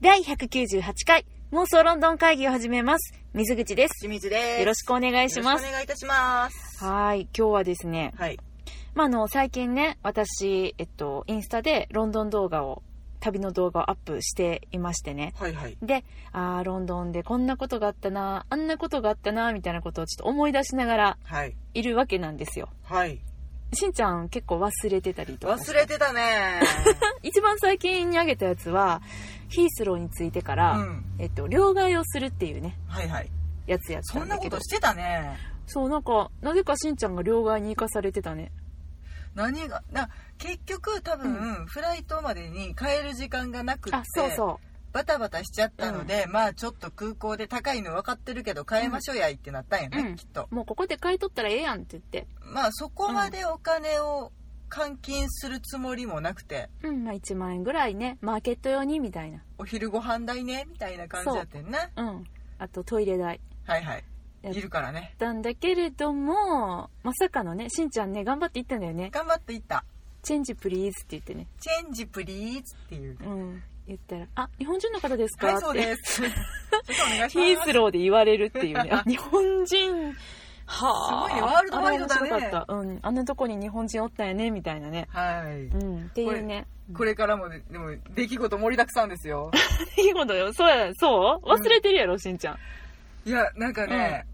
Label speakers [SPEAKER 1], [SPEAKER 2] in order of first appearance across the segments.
[SPEAKER 1] 第198回妄想ロンドン会議を始めます。水口です。
[SPEAKER 2] 清水です。
[SPEAKER 1] よろしくお願いしま
[SPEAKER 2] よ
[SPEAKER 1] す
[SPEAKER 2] ろくお。願いいたします。
[SPEAKER 1] はい。今日はですね、
[SPEAKER 2] はい。
[SPEAKER 1] まあ、あの、最近ね、私、えっと、インスタでロンドン動画を、旅の動画をアップしていましてね。
[SPEAKER 2] はいはい。
[SPEAKER 1] で、あーロンドンでこんなことがあったな、あんなことがあったな、みたいなことをちょっと思い出しながら
[SPEAKER 2] はい。
[SPEAKER 1] いるわけなんですよ。
[SPEAKER 2] はい。
[SPEAKER 1] しんちゃん結構忘れてたりとかして。
[SPEAKER 2] 忘れてたね。
[SPEAKER 1] 一番最近にあげたやつは、ヒースローについてか
[SPEAKER 2] う
[SPEAKER 1] ら、
[SPEAKER 2] ん。
[SPEAKER 1] えっと、両替をするっていうね、
[SPEAKER 2] はいはい。
[SPEAKER 1] やつやった
[SPEAKER 2] そ
[SPEAKER 1] ん
[SPEAKER 2] ん
[SPEAKER 1] だ
[SPEAKER 2] な
[SPEAKER 1] け
[SPEAKER 2] こ
[SPEAKER 1] ど
[SPEAKER 2] と。してたね。
[SPEAKER 1] そう、なんか、なぜかしんちゃんが両替に行かされてたね。
[SPEAKER 2] 何が、な、結局多分、フライトまでに帰る時間がなくって、
[SPEAKER 1] あ、そうそう。
[SPEAKER 2] バタバタしちゃったので、まあちょっと空港で高いの分かってるけど買いましょうやいってなったんやね、
[SPEAKER 1] うん
[SPEAKER 2] きっと。
[SPEAKER 1] もうここで買い取ったらええやんって言って。
[SPEAKER 2] まあそこまでお金を換金するつもりもなくて、
[SPEAKER 1] うん、まあ1万円ぐらいね、マーケット用にみたいな。
[SPEAKER 2] お昼ご飯代ね、みたいな感じやってんな。
[SPEAKER 1] うん。あとトイレ代。
[SPEAKER 2] はいはい。
[SPEAKER 1] やっ
[SPEAKER 2] いるからね。
[SPEAKER 1] たんだけれども、まさかのね、しんちゃんね、頑張って行ったんだよね。
[SPEAKER 2] 頑張っていった。
[SPEAKER 1] チェンジプリーズって言ってね。
[SPEAKER 2] チェンジプリーズっていう。
[SPEAKER 1] うん。言ったら、あ、日本人の方ですか
[SPEAKER 2] はい、そう
[SPEAKER 1] って。
[SPEAKER 2] です。先生お願い し
[SPEAKER 1] ヒ
[SPEAKER 2] ます。
[SPEAKER 1] ースローで言われるって いうね。あ日本人、はあ。
[SPEAKER 2] すごいねワールドワイドだね
[SPEAKER 1] あれ面白かった。うん。あんなとこに日本人おったんやね、みたいなね。
[SPEAKER 2] は
[SPEAKER 1] うん。っていうね。
[SPEAKER 2] い。これからも、でも、出来事盛りだくさんで すよ。
[SPEAKER 1] いいことよ。そうや、そう忘れてるやろ、しんちゃん。
[SPEAKER 2] いや、なんかね、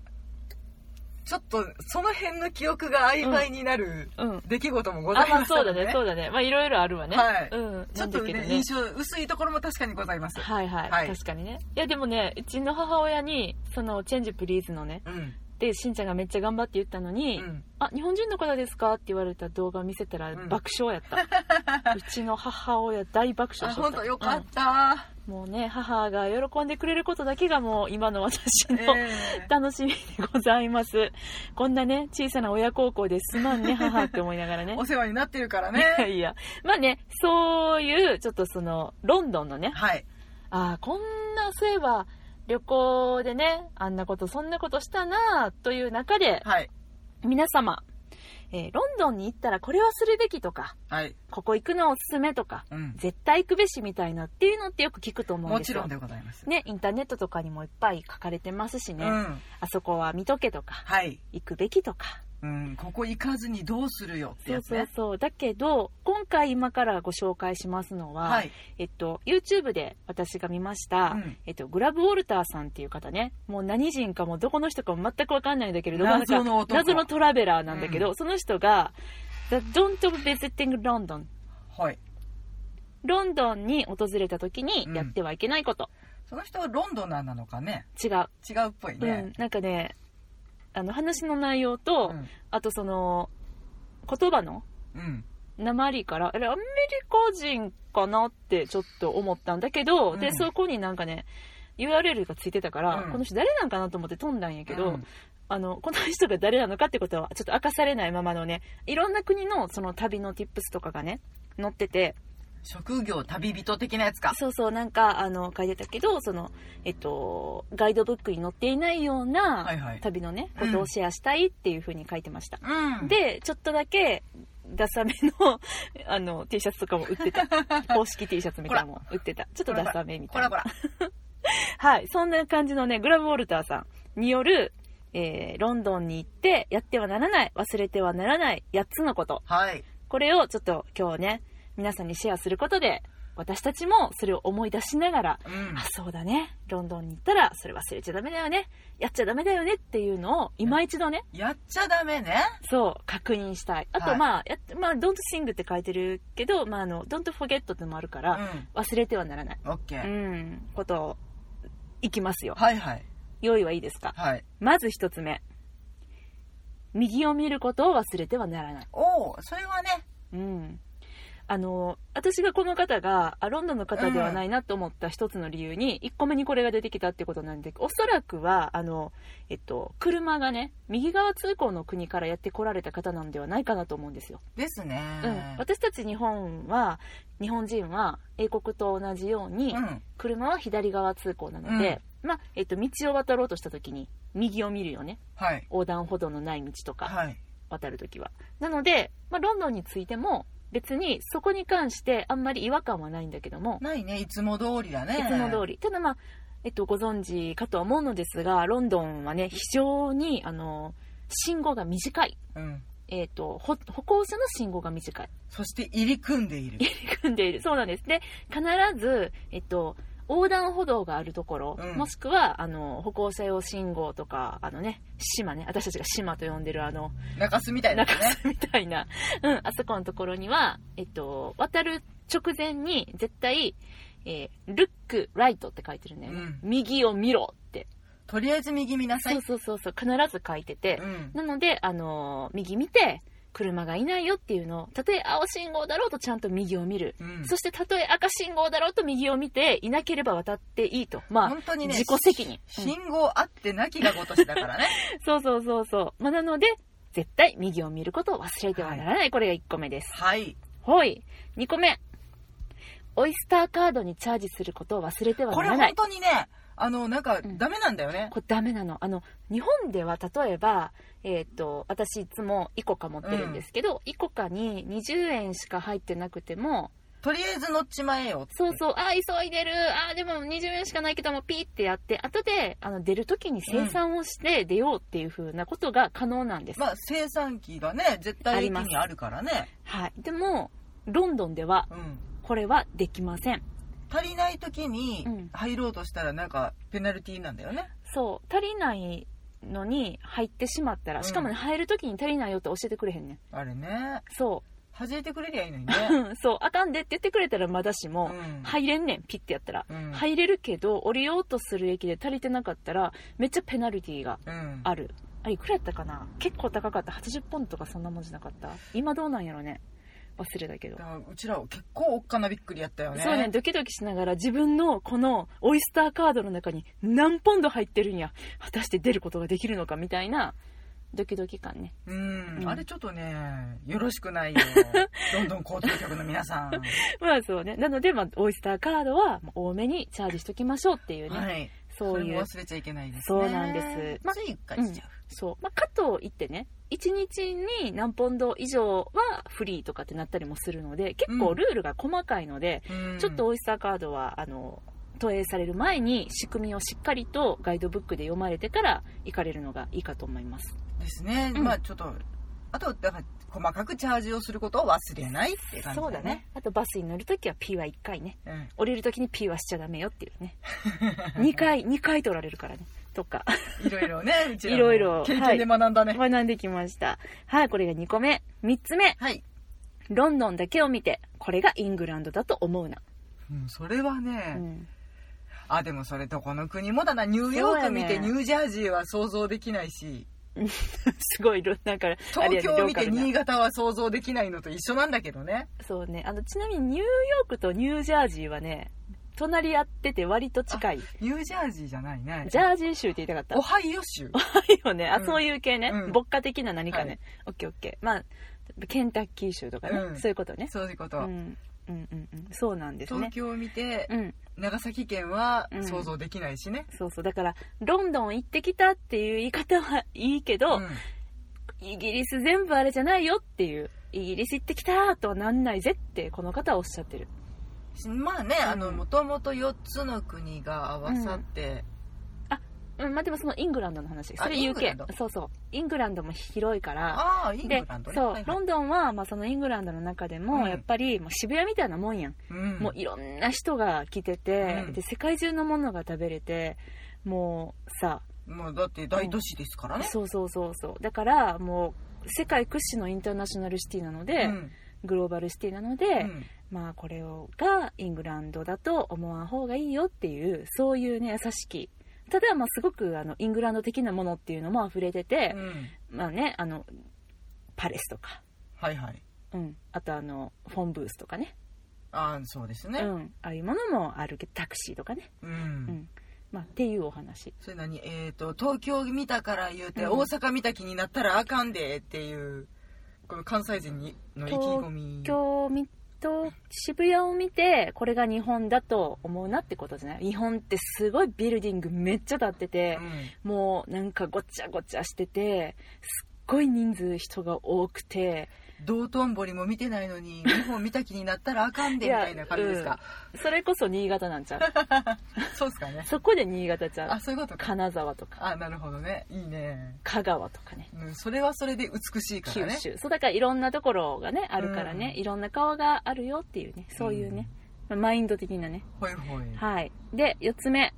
[SPEAKER 2] ちょっと、その辺の記憶が曖昧になる
[SPEAKER 1] うん。
[SPEAKER 2] 出来事もござ
[SPEAKER 1] あ、
[SPEAKER 2] い
[SPEAKER 1] ま
[SPEAKER 2] ま
[SPEAKER 1] あ
[SPEAKER 2] した
[SPEAKER 1] そうだ
[SPEAKER 2] ので、
[SPEAKER 1] ね、そうだね。まあいろいろあるわね。
[SPEAKER 2] はい
[SPEAKER 1] うん。
[SPEAKER 2] ちょっとね
[SPEAKER 1] なんだけど
[SPEAKER 2] 印象、薄いところも確かにございます。
[SPEAKER 1] はいはい、
[SPEAKER 2] はい
[SPEAKER 1] 確かにね。いやでもね、うちの母親に、その、チェンジプリーズのね、
[SPEAKER 2] うん。
[SPEAKER 1] で、しんちゃんがめっちゃ頑張って言ったの
[SPEAKER 2] う
[SPEAKER 1] に、
[SPEAKER 2] ん。
[SPEAKER 1] あ、日本人の方ですかって言われた動画を見せたら
[SPEAKER 2] うん
[SPEAKER 1] 爆笑や った。うちの母親大爆笑
[SPEAKER 2] あ、
[SPEAKER 1] しと
[SPEAKER 2] ほ
[SPEAKER 1] っ
[SPEAKER 2] ん
[SPEAKER 1] た。
[SPEAKER 2] と、よかった。
[SPEAKER 1] うんもうね、母が喜んでくれることだけがもう今の私の、
[SPEAKER 2] え
[SPEAKER 1] 楽しみでございます。こんなね、小さな親孝行ですまんね、母って思いながら
[SPEAKER 2] え
[SPEAKER 1] ね
[SPEAKER 2] お。世話になってるから
[SPEAKER 1] いや
[SPEAKER 2] ね。
[SPEAKER 1] いや。まあね、そういう、ちょっとその、ロンドンのね、
[SPEAKER 2] はい。
[SPEAKER 1] ああ、こんな、そういえば、旅行でね、あんなこと、そんなことしたなあという中で、
[SPEAKER 2] はい。
[SPEAKER 1] 皆様、えーロンドンに行ったらこれをするべきとか、
[SPEAKER 2] はい。
[SPEAKER 1] ここ行くのおすすめとか、
[SPEAKER 2] うん。
[SPEAKER 1] 絶対行くべしみたいなっていうのってよく聞くと思うん
[SPEAKER 2] も
[SPEAKER 1] です
[SPEAKER 2] ち
[SPEAKER 1] よ。
[SPEAKER 2] ろんでございます。
[SPEAKER 1] ね、インターネットとかにもいっぱい書かれてますし
[SPEAKER 2] う
[SPEAKER 1] ね、
[SPEAKER 2] ん。
[SPEAKER 1] あそこは見とけとか、
[SPEAKER 2] はい。
[SPEAKER 1] 行くべきとか、
[SPEAKER 2] うん、ここ行かずにどうするよって
[SPEAKER 1] そ
[SPEAKER 2] や
[SPEAKER 1] う
[SPEAKER 2] つ
[SPEAKER 1] そう
[SPEAKER 2] ね。
[SPEAKER 1] そう。だけど、今回今からご紹介しますのは、
[SPEAKER 2] はい。
[SPEAKER 1] えっと、YouTube で私が見ました、
[SPEAKER 2] うん
[SPEAKER 1] えっと、グラブウォルターさんっていう方ね、もう何人かもどこの人かも全くわかんないんだけれども、
[SPEAKER 2] 謎の男
[SPEAKER 1] なんか謎のトラベラーなんだけど、
[SPEAKER 2] う
[SPEAKER 1] その人が、The Don't of Visiting London。
[SPEAKER 2] はい。
[SPEAKER 1] ロンドンに訪れた時にやってはいけないこと。
[SPEAKER 2] その人はロンドナーなのかね
[SPEAKER 1] 違う。
[SPEAKER 2] 違うっぽい
[SPEAKER 1] うん
[SPEAKER 2] ね。。
[SPEAKER 1] なんかね、あの、話の内容
[SPEAKER 2] う
[SPEAKER 1] と、
[SPEAKER 2] ん。
[SPEAKER 1] あとその、言葉の
[SPEAKER 2] うん。
[SPEAKER 1] 鉛から、あれ、アメリカ人かなってちょっと思ったんだけど、
[SPEAKER 2] うん
[SPEAKER 1] で、そこになんかね、URL がついてたから、
[SPEAKER 2] うん
[SPEAKER 1] この人誰なんかなと思って飛んだんやけど、
[SPEAKER 2] うん
[SPEAKER 1] あの、この人が誰なのかってことは、ちょっと明かされないままのね、いろんな国のその旅の tips とかがね、載ってて、
[SPEAKER 2] 職業旅人的なやつか。
[SPEAKER 1] そうそう、なんか、あの、書いてたけど、その、えっと、ガイドブックに載っていないよう
[SPEAKER 2] は
[SPEAKER 1] ない
[SPEAKER 2] はい。
[SPEAKER 1] 旅のね、
[SPEAKER 2] うん
[SPEAKER 1] ことをシェアしたいっていうふうに書いてました。
[SPEAKER 2] うん。、
[SPEAKER 1] で、ちょっとだけ、ダサめの、 あの、T シャツとかも売って た。公式 T シャツみたいなのも売ってた。ちょっとダサめみた
[SPEAKER 2] こ
[SPEAKER 1] い
[SPEAKER 2] ら
[SPEAKER 1] な。
[SPEAKER 2] こら。
[SPEAKER 1] はい。そんな感じのね、グラブウォルターさんによる、えー、ロンドンに行って、やってはならない、忘れてはならない、8つのこと。
[SPEAKER 2] はい。
[SPEAKER 1] これをちょっと今日ね、皆さんにシェアすることで、私たちもそれを思い出しながら、
[SPEAKER 2] うん
[SPEAKER 1] あ、。そうだね。ロンドンに行ったら、それ忘れちゃダメだよね。やっちゃダメだよねっていうのを、今一度ね、
[SPEAKER 2] やっちゃダメね。
[SPEAKER 1] そう、確認したい。あと、
[SPEAKER 2] はい
[SPEAKER 1] まあ、やっまあ、don't sing って書いてるけど、まあ、あの、don't forget ってのもあるか
[SPEAKER 2] う
[SPEAKER 1] ら、
[SPEAKER 2] ん。
[SPEAKER 1] 忘れてはならない。
[SPEAKER 2] オッケ
[SPEAKER 1] う
[SPEAKER 2] ー。
[SPEAKER 1] ん、ことを、いきますよ。
[SPEAKER 2] はいはい。
[SPEAKER 1] 用意はいいですか
[SPEAKER 2] はい。
[SPEAKER 1] まず一つ目。右を見ることを忘れてはならない。
[SPEAKER 2] おお、それはね。
[SPEAKER 1] うん。あの、私がこの方が、あ、ロンドンの方ではないなと思った一つの理由に、一個目にこれが出てきたってことなんで、おそらくは、あの、えっと、車がね、右側通行の国からやってこられた方なんではないかなと思うんですよ。
[SPEAKER 2] です
[SPEAKER 1] うん
[SPEAKER 2] ね。
[SPEAKER 1] 私たち日本は日本人は英国と同じように
[SPEAKER 2] うん。
[SPEAKER 1] 車は左側通行なので、まあえっと、道を渡ろうとした時に右を見るよね
[SPEAKER 2] はい。
[SPEAKER 1] 横断歩道のない道とか
[SPEAKER 2] はい。
[SPEAKER 1] 渡る時はなので、まあ、ロンドンについても別にそこに関してあんまり違和感はないんだけども、
[SPEAKER 2] ないねいつも通りだね
[SPEAKER 1] いつも通り。ただまあ、えっと、ご存知かとは思うのですが、ロンドンはね、非常に、あの、信号が短い。
[SPEAKER 2] り、うん、
[SPEAKER 1] えっと、ほ歩行者の信号が短い。
[SPEAKER 2] そして入り組んでいる
[SPEAKER 1] 組んでいる。そうなんです。で、必ず、えっと、横断歩道があるところ、
[SPEAKER 2] うん
[SPEAKER 1] もしくは、あの、歩行者用信号とか、あのね、島ね、私たちが島と呼んでるあの、
[SPEAKER 2] 中洲みたいな
[SPEAKER 1] 中
[SPEAKER 2] ね
[SPEAKER 1] 洲みたいな、うん、あそこのところには、えっと、渡る直前に絶対、えー、ルック、ライトって書いてるんだよね。
[SPEAKER 2] うん
[SPEAKER 1] 右を見ろって。
[SPEAKER 2] とりあえず右見なさい
[SPEAKER 1] そうそうそうそう、必ず書いてて。
[SPEAKER 2] うん
[SPEAKER 1] なので、あのー右見て、車がいないよっていうのを、たとえ青信号だろうとちゃんと右を見る。
[SPEAKER 2] うん
[SPEAKER 1] そして、たとえ赤信号だろうと右を見て、いなければ渡っていいと。まあ、
[SPEAKER 2] 本当にね
[SPEAKER 1] 自己責任。うん
[SPEAKER 2] 信号あってなきがごとしだからね
[SPEAKER 1] そうそうそうそう。まあ、なので、絶対右を見ることを忘れてはならない。これが1個目です。
[SPEAKER 2] はい
[SPEAKER 1] ほい。2個目。オイスターカードにチャージすることを忘れては
[SPEAKER 2] こ
[SPEAKER 1] な
[SPEAKER 2] れ
[SPEAKER 1] らない
[SPEAKER 2] 本。当にねあのなんか
[SPEAKER 1] うん
[SPEAKER 2] ダメなんだよね、
[SPEAKER 1] これダメなの。あの、日本では例えば、えっ、と、私いつもイコカ持ってるんですけど、イコカに20円しか入ってなくても、
[SPEAKER 2] とりあえず乗っちまえよって
[SPEAKER 1] そうそう、あー、急いでる、あー、でも20円しかないけども、ピーってやって、後で、あの、出る時に生産をして出ようっていう風なことが可能なんです。
[SPEAKER 2] まあ生産機がね絶
[SPEAKER 1] あ
[SPEAKER 2] 対
[SPEAKER 1] り
[SPEAKER 2] 駅
[SPEAKER 1] ます
[SPEAKER 2] にあるからね
[SPEAKER 1] はい。でも、ロンドンでは、
[SPEAKER 2] うん
[SPEAKER 1] これはできません。
[SPEAKER 2] 足りない時に
[SPEAKER 1] うん
[SPEAKER 2] 入ろうとしたらなんかペナルティーなんだよね、
[SPEAKER 1] そう、足りないのに入ってしまったら、しかもね、入る時に足りないよって教えてくれへんねん。
[SPEAKER 2] あれね
[SPEAKER 1] そう。
[SPEAKER 2] 弾いてくれりゃいいのに
[SPEAKER 1] う
[SPEAKER 2] ね、
[SPEAKER 1] んそう、あかんでって言ってくれたらまだし
[SPEAKER 2] う
[SPEAKER 1] も、
[SPEAKER 2] ん、
[SPEAKER 1] 入れんねん、ピッてやったら。
[SPEAKER 2] うん、い、
[SPEAKER 1] 入れるけど、降りようとする駅で足りてなかったら、めっちゃペナルティーが
[SPEAKER 2] うん、
[SPEAKER 1] ある。あれ、いくらやったかな結構高かった。80ポンドとかそんなもんじゃなかった。今どうなんやろね。忘れたけど
[SPEAKER 2] だ。からうちらは結構おっかなびっくりやったよね
[SPEAKER 1] そうね、ドキドキしながら自分のこのオイスターカードの中に何ポンド入ってるんや。果たして出ることができるのかみたいな、ドキドキ感ね。
[SPEAKER 2] うん、
[SPEAKER 1] うん
[SPEAKER 2] あれちょっとねよろし くないよどんどん交通局の皆さん、
[SPEAKER 1] まあそうね。なので、まあ、オイスターカードはもう多めにチャージしときましょうっていうね。
[SPEAKER 2] はい
[SPEAKER 1] そうい
[SPEAKER 2] れ
[SPEAKER 1] う
[SPEAKER 2] も忘れちゃいけないですね
[SPEAKER 1] そうなんですま
[SPEAKER 2] つい一回しちゃう、
[SPEAKER 1] そう。まあ、かといってね、1日に何ポンド以上はフリーとかってなったりもするので、結構ルールが細かいので、
[SPEAKER 2] うん
[SPEAKER 1] ちょっとオイスターカードは、あの、投影される前に仕組みをしっかりとガイドブックで読まれてから行かれるのがいいかと思います。
[SPEAKER 2] ですね、
[SPEAKER 1] うん
[SPEAKER 2] まあちょっとあとだから細かくチャージをすることを忘れないって感じ
[SPEAKER 1] そうだね。あとバスに乗るときは P は1回ね。
[SPEAKER 2] だね
[SPEAKER 1] 降りるときに P はしちゃダメよっていう ね。2回、2回取られるからね。とか。
[SPEAKER 2] うん、いろ いろねうちらも
[SPEAKER 1] いろいろ
[SPEAKER 2] 経験で学んだねはい、
[SPEAKER 1] 学んできました。はい、これが2個目。3つ目。ロンドンだけを見て、これがイングランドだと思うな。
[SPEAKER 2] うん、それはね、
[SPEAKER 1] うん
[SPEAKER 2] あでもそれどこの国もだなニューヨーク見て
[SPEAKER 1] そうやね
[SPEAKER 2] ニュージャージーは想像できないし
[SPEAKER 1] すごいろ、なんか、あれ
[SPEAKER 2] 東
[SPEAKER 1] やね
[SPEAKER 2] 京見て
[SPEAKER 1] ローカルな
[SPEAKER 2] 新潟は想像できないのと一緒なんだけどね
[SPEAKER 1] そうね。あの、ちなみにニューヨークとニュージャージーはね、隣り合ってて割と近い。
[SPEAKER 2] ニュージャージーじゃないね
[SPEAKER 1] ジャージー州って言いたかった。
[SPEAKER 2] オハイオ 州
[SPEAKER 1] はいよね。あ、
[SPEAKER 2] うん
[SPEAKER 1] そういう系ね。
[SPEAKER 2] うん
[SPEAKER 1] 牧歌的な何か
[SPEAKER 2] は
[SPEAKER 1] ね
[SPEAKER 2] い。
[SPEAKER 1] オッケーオッケー。まあ、ケンタッキー州とかね。
[SPEAKER 2] うん
[SPEAKER 1] そういうことね。
[SPEAKER 2] そういうこと、
[SPEAKER 1] うん。うんうんうん。そうなんです
[SPEAKER 2] 東
[SPEAKER 1] ね。
[SPEAKER 2] 京を見て
[SPEAKER 1] うん。
[SPEAKER 2] 長崎県は
[SPEAKER 1] うん
[SPEAKER 2] 想像できないしね、
[SPEAKER 1] そうそう。だから、ロンドン行ってきたっていう言い方はいいけど、
[SPEAKER 2] うん
[SPEAKER 1] イギリス全部あれじゃないよっていう。イギリス行ってきたとはなんないぜって、この方はおっしゃってる。
[SPEAKER 2] まあね、あの
[SPEAKER 1] うん
[SPEAKER 2] もともと4つの国が合わさって、
[SPEAKER 1] うん、まあ、でもそのイングランドの話。そ
[SPEAKER 2] あ
[SPEAKER 1] れ
[SPEAKER 2] イングラン
[SPEAKER 1] UK
[SPEAKER 2] ド。
[SPEAKER 1] そうそう。イングランドも広いから、
[SPEAKER 2] ああイング
[SPEAKER 1] で
[SPEAKER 2] ランドね
[SPEAKER 1] そう、
[SPEAKER 2] はいはい
[SPEAKER 1] ロンドンは、まあ、そのイングランドの中でも、
[SPEAKER 2] うん
[SPEAKER 1] やっぱりもう渋谷みたいなもんやん、
[SPEAKER 2] うん
[SPEAKER 1] もういろんな人が来てて、
[SPEAKER 2] うん
[SPEAKER 1] で世界中のものが食べれてもうさ
[SPEAKER 2] もうだって大都市ですからね、
[SPEAKER 1] そうそうそうそうだからもう世界屈指のインターナショナルシティなので、
[SPEAKER 2] うん
[SPEAKER 1] グローバルシティなので、
[SPEAKER 2] うん
[SPEAKER 1] まあこれをがイングランドだと思わん方がいいよっていうそういうね優しきただまあすごくあのイングランド的なものっていうのも溢れてて
[SPEAKER 2] う、ん
[SPEAKER 1] まあねあのパレスとか、
[SPEAKER 2] はいはい
[SPEAKER 1] うん、あとあのフォンブースとかね
[SPEAKER 2] ああそうです
[SPEAKER 1] う
[SPEAKER 2] ね
[SPEAKER 1] ん、ああいうものもあるけどタクシーとかね、
[SPEAKER 2] うん、
[SPEAKER 1] うんまあ、っていうお話
[SPEAKER 2] それ何えっ、と東京見たから言うて、
[SPEAKER 1] うん
[SPEAKER 2] 大阪見た気になったらあかんでっていうこの関西人にの意気込み
[SPEAKER 1] 今日みと渋谷を見てこれが日本だと思うなってことじゃない日本ってすごいビルディングめっちゃ建ってて、もうなんかごちゃごちゃしててすっごい人数人が多くて
[SPEAKER 2] 道頓堀も見てないのに日本見た気になったらあかんで
[SPEAKER 1] い
[SPEAKER 2] み
[SPEAKER 1] や
[SPEAKER 2] たいな感じですか、
[SPEAKER 1] それこそ新潟なんち ゃう
[SPEAKER 2] そうですかね
[SPEAKER 1] そこで新潟ちゃ
[SPEAKER 2] あ
[SPEAKER 1] う
[SPEAKER 2] そういうことか
[SPEAKER 1] 金沢とか
[SPEAKER 2] あなるほどねいいね、
[SPEAKER 1] 香川とかね
[SPEAKER 2] うん、それはそれで美しいか
[SPEAKER 1] 九
[SPEAKER 2] らね
[SPEAKER 1] 州そうだからいろんなところがねあるからね、
[SPEAKER 2] うん
[SPEAKER 1] いろんな顔があるよっていうねそういうね、まあマインド的なね
[SPEAKER 2] ほいほい
[SPEAKER 1] はいで4つ目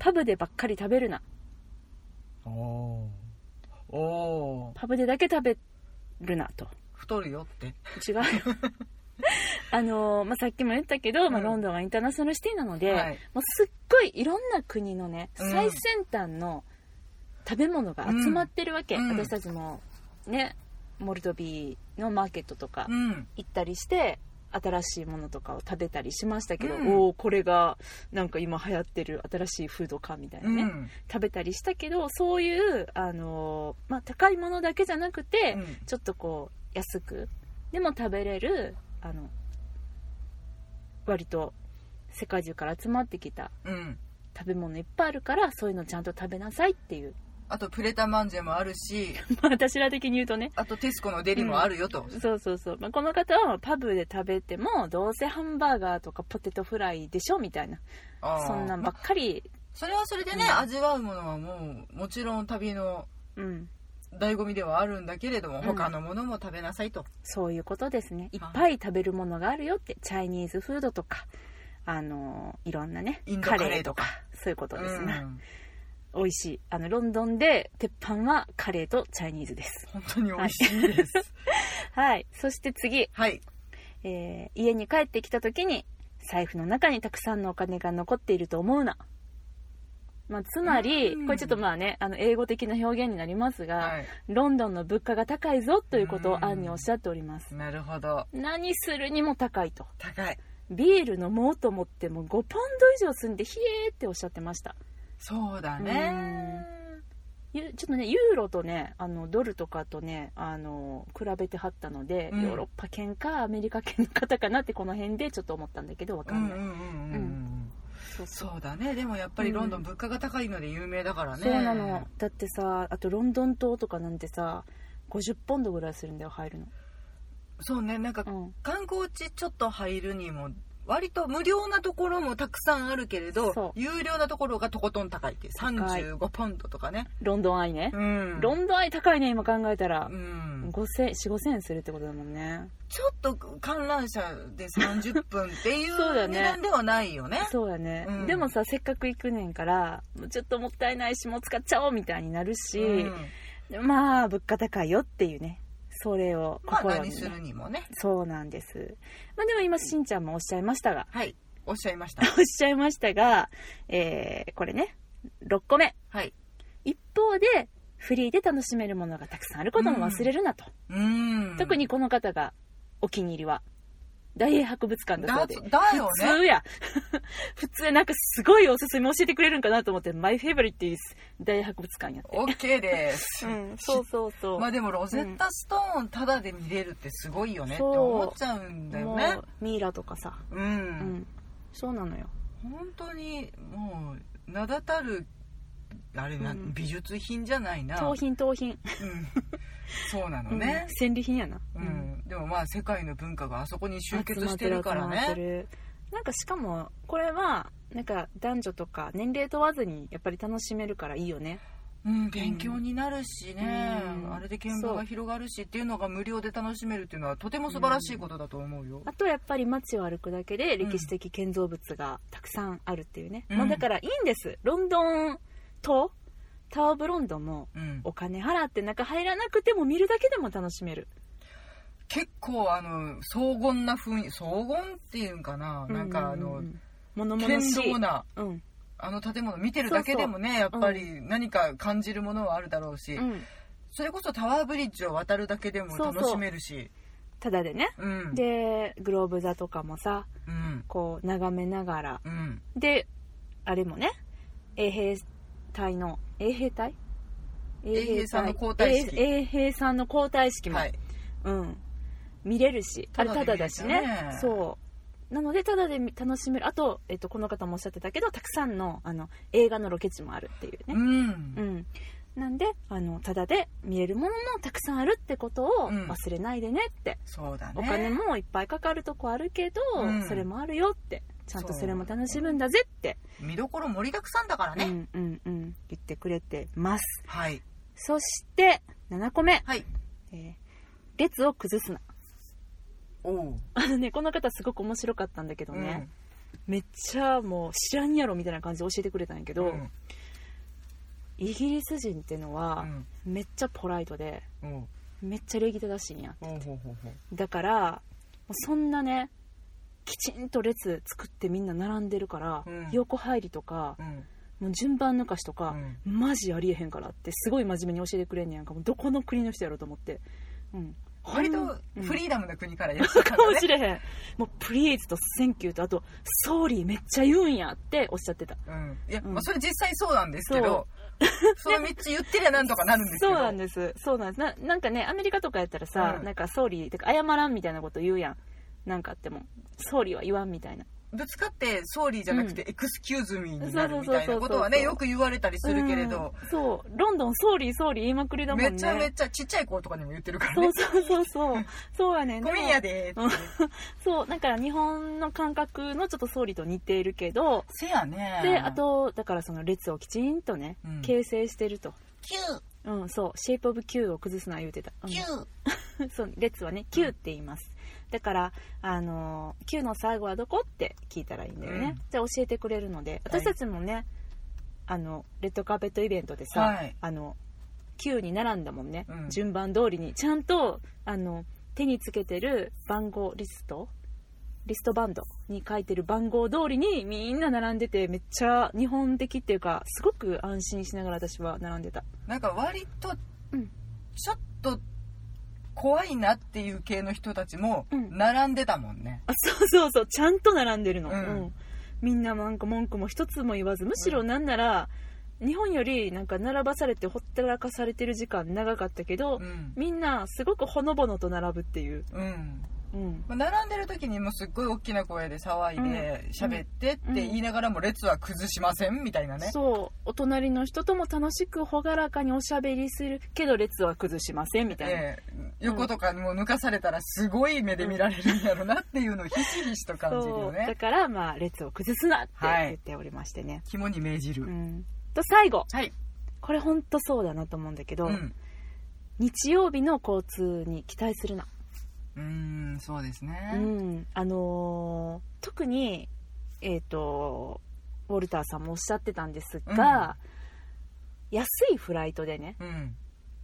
[SPEAKER 1] パブでばっかり食べるな
[SPEAKER 2] おおーおー
[SPEAKER 1] パブでだけ食べるなと
[SPEAKER 2] 太るよって
[SPEAKER 1] 違う よあのーまあ、さっきも言ったけど、まあ、
[SPEAKER 2] うん
[SPEAKER 1] ロンドンはインターナショナルシティなので、
[SPEAKER 2] はい
[SPEAKER 1] もうすっごいいろんな国のね
[SPEAKER 2] うん
[SPEAKER 1] 最先端の食べ物が集まってるわけ、
[SPEAKER 2] うん
[SPEAKER 1] 私たちもねモルドビーのマーケットとか
[SPEAKER 2] うん
[SPEAKER 1] 行ったりして新しいものとかを食べたりしましたけど、
[SPEAKER 2] うん
[SPEAKER 1] おおこれがなんか今流行ってる新しいフードかみたいなね、
[SPEAKER 2] うん
[SPEAKER 1] 食べたりしたけどそういう、あのーまあ、高いものだけじゃなくて、
[SPEAKER 2] うん
[SPEAKER 1] ちょっとこう安くでも食べれるあの割と世界中から集まってきた
[SPEAKER 2] うん
[SPEAKER 1] 食べ物いっぱいあるからそういうのちゃんと食べなさいっていう
[SPEAKER 2] あとプレタマンジェもあるし
[SPEAKER 1] まあ私ら的に言うとね
[SPEAKER 2] あとテスコのデリもあるよと、
[SPEAKER 1] そうそうそう、まあ、この方はパブで食べてもどうせハンバーガーとかポテトフライでしょみたいな
[SPEAKER 2] あー
[SPEAKER 1] そんなんばっかり、
[SPEAKER 2] それはそれでね、
[SPEAKER 1] うん
[SPEAKER 2] 味わうものはもうもちろん旅の
[SPEAKER 1] うん、
[SPEAKER 2] 醍醐味ではあるんだけれども
[SPEAKER 1] ん
[SPEAKER 2] 他のものも食べなさいと、
[SPEAKER 1] そういうことですねいっぱい食べるものがあるよってチャイニーズフードとかあのいろんなね
[SPEAKER 2] インドカレーとか
[SPEAKER 1] そういうことです
[SPEAKER 2] う
[SPEAKER 1] ね、
[SPEAKER 2] ん
[SPEAKER 1] 美味しいあのロンドンで鉄板はカレーとチャイニーズです
[SPEAKER 2] 本当に美味しいです
[SPEAKER 1] はいそして次、
[SPEAKER 2] はい、
[SPEAKER 1] えー家に帰ってきた時に財布の中にたくさんのお金が残っていると思うなまあ、つまり
[SPEAKER 2] うん
[SPEAKER 1] これちょっとまあねあの英語的な表現になりますが、
[SPEAKER 2] は
[SPEAKER 1] ロンドンの物価が高いぞということ
[SPEAKER 2] うん
[SPEAKER 1] をアンにおっしゃっております
[SPEAKER 2] い、なるほど
[SPEAKER 1] 何するにも高いと
[SPEAKER 2] 高い
[SPEAKER 1] ビール飲もうと思っても5ポンド以上済んでヒえーっておっしゃってました
[SPEAKER 2] そうだね
[SPEAKER 1] ゆちょっとねユーロとねあのドルとかとねあの比べてはったので、
[SPEAKER 2] うん
[SPEAKER 1] ヨーロッパ圏かアメリカ圏の方かなってこの辺でちょっと思ったんだけどわ
[SPEAKER 2] う
[SPEAKER 1] か
[SPEAKER 2] んうんん
[SPEAKER 1] ない、
[SPEAKER 2] うんうん、う、
[SPEAKER 1] うんそうそ
[SPEAKER 2] そうだねでもやっぱりロンドン物価が高いので有名だから
[SPEAKER 1] う
[SPEAKER 2] ね、
[SPEAKER 1] そうなのだってさあとロンドン島とかなんてさ50ポンドぐらいするんだよ入るの、
[SPEAKER 2] そうねなんか
[SPEAKER 1] うん、
[SPEAKER 2] 観光地ちょっと入るにも割と無料なところもたくさんあるけれど
[SPEAKER 1] そ
[SPEAKER 2] 有料なところがとことん高いっていう
[SPEAKER 1] 高い
[SPEAKER 2] 35ポンドとかね
[SPEAKER 1] ロンドンアイね、
[SPEAKER 2] うん
[SPEAKER 1] ロンドンアイ高いね今考えたら
[SPEAKER 2] う、ん、
[SPEAKER 1] 5000 4000円するってことだもんね
[SPEAKER 2] ちょっと観覧車で30分ってい
[SPEAKER 1] そう
[SPEAKER 2] う
[SPEAKER 1] だ
[SPEAKER 2] 値
[SPEAKER 1] ね
[SPEAKER 2] 段ではないよね
[SPEAKER 1] そうやね、
[SPEAKER 2] うん
[SPEAKER 1] でもさせっかく行くねんからもうちょっともったいないしもう使っちゃおうみたいになるし、
[SPEAKER 2] うん
[SPEAKER 1] まあ物価高いよっていうねそれを
[SPEAKER 2] まあ
[SPEAKER 1] 心
[SPEAKER 2] 何
[SPEAKER 1] に、ね
[SPEAKER 2] するにもね
[SPEAKER 1] そうなんですまあでも今しんちゃんもおっしゃいましたが
[SPEAKER 2] はいおっしゃいました
[SPEAKER 1] おっしゃいましたが、えーこれね6個目
[SPEAKER 2] はい
[SPEAKER 1] 一方でフリーで楽しめるものがたくさんあることも忘れるなと、
[SPEAKER 2] うん
[SPEAKER 1] 特にこの方がお気に入りは大英博物館だそ
[SPEAKER 2] だ
[SPEAKER 1] うで
[SPEAKER 2] だよ
[SPEAKER 1] 普
[SPEAKER 2] ね
[SPEAKER 1] 通や 普通なんかすごいおすすめ教えてくれるんかなと思ってマイフェイブリットイス大英博物館やって、
[SPEAKER 2] オッケーです
[SPEAKER 1] うん、そうそうそう、
[SPEAKER 2] まあでもロゼッタストーンタダで見れるってすごいよねって
[SPEAKER 1] そう
[SPEAKER 2] 思っちゃうんだよね
[SPEAKER 1] もうミイラとかさ
[SPEAKER 2] う
[SPEAKER 1] うんん、そうなのよ
[SPEAKER 2] 本当にもう名だたるあれな、
[SPEAKER 1] うん
[SPEAKER 2] 美術品じゃないな
[SPEAKER 1] 盗品盗品、
[SPEAKER 2] うん、そうなの
[SPEAKER 1] うん
[SPEAKER 2] ね、
[SPEAKER 1] 戦利品やな、
[SPEAKER 2] うん
[SPEAKER 1] うん
[SPEAKER 2] でもまあ世界の文化があそこに集結
[SPEAKER 1] 集ま
[SPEAKER 2] し
[SPEAKER 1] って
[SPEAKER 2] るから
[SPEAKER 1] 集まって
[SPEAKER 2] ね
[SPEAKER 1] るなんかしかもこれはなんか男女とか年齢問わずにやっぱり楽しめるからいいよね
[SPEAKER 2] うん、勉強になるしね、
[SPEAKER 1] うん
[SPEAKER 2] あれで見聞が広がるしっていうのが無料で楽しめるっていうのはとても素晴らしいことだと思うよ、
[SPEAKER 1] あとやっぱり街を歩くだけで
[SPEAKER 2] うん
[SPEAKER 1] 歴史的建造物がたくさんあるっていうね、
[SPEAKER 2] うん
[SPEAKER 1] まあ、だからいいんですロンドンとタワーオブロンドンも
[SPEAKER 2] うん
[SPEAKER 1] お金払って中入らなくても見るだけでも楽しめる
[SPEAKER 2] 結構あの荘厳な雰囲気荘厳っていうんかな、なんかあ
[SPEAKER 1] う
[SPEAKER 2] の
[SPEAKER 1] ん物々
[SPEAKER 2] 堅
[SPEAKER 1] しい
[SPEAKER 2] 牢な
[SPEAKER 1] うん
[SPEAKER 2] あの建物見てるだけでもねやっぱり何か感じるものはあるだろうし、
[SPEAKER 1] うん、
[SPEAKER 2] それこそタワーブリッジを渡るだけでも楽しめるした
[SPEAKER 1] だでね
[SPEAKER 2] うん
[SPEAKER 1] でグローブ座とかもさ
[SPEAKER 2] うん
[SPEAKER 1] こう眺めながら
[SPEAKER 2] うん
[SPEAKER 1] であれもね衛兵隊の衛兵隊
[SPEAKER 2] 衛兵さんの交代式
[SPEAKER 1] 衛衛兵さんの交代式も、
[SPEAKER 2] はい
[SPEAKER 1] うん、見れるしあれ
[SPEAKER 2] タ
[SPEAKER 1] タダ
[SPEAKER 2] ダで見れ
[SPEAKER 1] だ
[SPEAKER 2] ち
[SPEAKER 1] し
[SPEAKER 2] ゃうね
[SPEAKER 1] ねそうなのでタダで楽しめるあと、えっと、この方もおっしゃってたけどたくさんのあの映画のロケ地もあるっていう
[SPEAKER 2] う
[SPEAKER 1] ね、
[SPEAKER 2] ん
[SPEAKER 1] うんなんであのただで見れるものもたくさんあるってことを
[SPEAKER 2] うん
[SPEAKER 1] 忘れないでねって、
[SPEAKER 2] そうだね
[SPEAKER 1] お金もいっぱいかかるとこあるけど、
[SPEAKER 2] うん
[SPEAKER 1] それもあるよってちゃんとそれも楽しむんだぜって
[SPEAKER 2] 見どころ盛りだくさんだから
[SPEAKER 1] う
[SPEAKER 2] ね、
[SPEAKER 1] んうんうん言ってくれてます
[SPEAKER 2] はい
[SPEAKER 1] そして7個目、
[SPEAKER 2] はい
[SPEAKER 1] えー列を崩すな
[SPEAKER 2] おお
[SPEAKER 1] あのねこの方すごく面白かったんだけどね、めっちゃもう知らんやろみたいな感じで教えてくれたんやけど、
[SPEAKER 2] うん
[SPEAKER 1] イギリス人っての
[SPEAKER 2] う
[SPEAKER 1] は
[SPEAKER 2] ん
[SPEAKER 1] めっちゃポライトで
[SPEAKER 2] うん
[SPEAKER 1] めっちゃ礼儀正しいんや
[SPEAKER 2] ほうほうほうほう
[SPEAKER 1] だからもうそんなねきちんと列作ってみんな並んでるから、
[SPEAKER 2] うん
[SPEAKER 1] 横入りとか
[SPEAKER 2] うん
[SPEAKER 1] もう順番抜かしと
[SPEAKER 2] う
[SPEAKER 1] か、
[SPEAKER 2] ん
[SPEAKER 1] マジありえへんからってすごい真面目に教えてくれんねやんかもうどこの国の人やろうと思って、うん、
[SPEAKER 2] 割と
[SPEAKER 1] うん
[SPEAKER 2] フリーダムな国からいらっしゃっ
[SPEAKER 1] か
[SPEAKER 2] たんだ
[SPEAKER 1] も
[SPEAKER 2] ね
[SPEAKER 1] しれへんもう「プリーズ」と「センキュー」とあと「ソーリー」めっちゃ言うんやっておっしゃってた
[SPEAKER 2] うんいや、
[SPEAKER 1] うん
[SPEAKER 2] まあ、それ実際そうなんですけどその3つ言ってりゃなんとかなるんですけ
[SPEAKER 1] そう
[SPEAKER 2] ど
[SPEAKER 1] なんですそうなんですななんかねアメリカとかやったらさ、
[SPEAKER 2] うん
[SPEAKER 1] なんか「ソーリー」てか謝らんみたいなこと言うやんなんかあっても「ソーリー」は言わんみたいな
[SPEAKER 2] ぶつかってソーリーじゃなくてエクスキューズミーになるみたい
[SPEAKER 1] そうそうそうそ
[SPEAKER 2] な
[SPEAKER 1] う
[SPEAKER 2] ことはねよく言われたりするけれど、
[SPEAKER 1] うんそうロンドン「ソーリー」「ソーリー」言いまくりだもんね
[SPEAKER 2] めちゃめちゃちっちゃい子とかにも言ってるから
[SPEAKER 1] そ
[SPEAKER 2] ね
[SPEAKER 1] うそうそう そうそうやねん
[SPEAKER 2] ごめんやでーって
[SPEAKER 1] そうだから日本の感覚のちょっと総理と似ているけど
[SPEAKER 2] せやね
[SPEAKER 1] であとだからその列をきちんとね、
[SPEAKER 2] うん
[SPEAKER 1] 形成してると。
[SPEAKER 2] 9
[SPEAKER 1] うん、そう、シェイプオブ Q を崩すな言うてた。うん
[SPEAKER 2] 9
[SPEAKER 1] そう、列はね、Q って言います。だから、あのー、Q の最後はどこって聞いたらいいんだよね。
[SPEAKER 2] うん
[SPEAKER 1] じゃあ教えてくれるので、私たちもね、あの、レッドカーペットイベントでさ、
[SPEAKER 2] はい
[SPEAKER 1] あの、Q に並んだもんね、
[SPEAKER 2] うん
[SPEAKER 1] 順番通りに。ちゃんと、あの、手につけてる番号リストリストバンドに書いてる番号通りにみんな並んでてめっちゃ日本的っていうかすごく安心しながら私は並んでた
[SPEAKER 2] なんか割と
[SPEAKER 1] うん
[SPEAKER 2] ちょっと怖いなっていう系の人たちも
[SPEAKER 1] うん
[SPEAKER 2] 並んでたもんね、
[SPEAKER 1] あそうそうそうちゃんと並んでるの、
[SPEAKER 2] う
[SPEAKER 1] うんんみんななんか文句も一つも言わずむしろなんなら、日本よりなんか並ばされてほったらかされてる時間長かったけど、
[SPEAKER 2] うん
[SPEAKER 1] みんなすごくほのぼのと並ぶっていう、
[SPEAKER 2] うん
[SPEAKER 1] うん、
[SPEAKER 2] まあ並んでる時にもすっごい大きな声で騒いで
[SPEAKER 1] うん
[SPEAKER 2] 喋ってって言いながらも列は崩しませんみたいなね
[SPEAKER 1] そうお隣の人とも楽しく朗らかにおしゃべりするけど列は崩しませんみたいな、
[SPEAKER 2] ええ横とかにも抜かされたらすごい目で見られるんだろうなっていうのをひしひしと感じる
[SPEAKER 1] そ
[SPEAKER 2] よ
[SPEAKER 1] うだ
[SPEAKER 2] ね
[SPEAKER 1] からまあ列を崩すなって
[SPEAKER 2] はい
[SPEAKER 1] 言っておりましてね、
[SPEAKER 2] 肝に銘じる、
[SPEAKER 1] うん、と最後
[SPEAKER 2] はい、
[SPEAKER 1] これほんとそうだなと思うんだけ
[SPEAKER 2] う
[SPEAKER 1] ど、
[SPEAKER 2] ん、
[SPEAKER 1] 日曜日の交通に期待するな
[SPEAKER 2] うーんそうですね、
[SPEAKER 1] うん、あのー特に、えー、とウォルターさんもおっしゃってたんですが、安いフライトでね
[SPEAKER 2] うん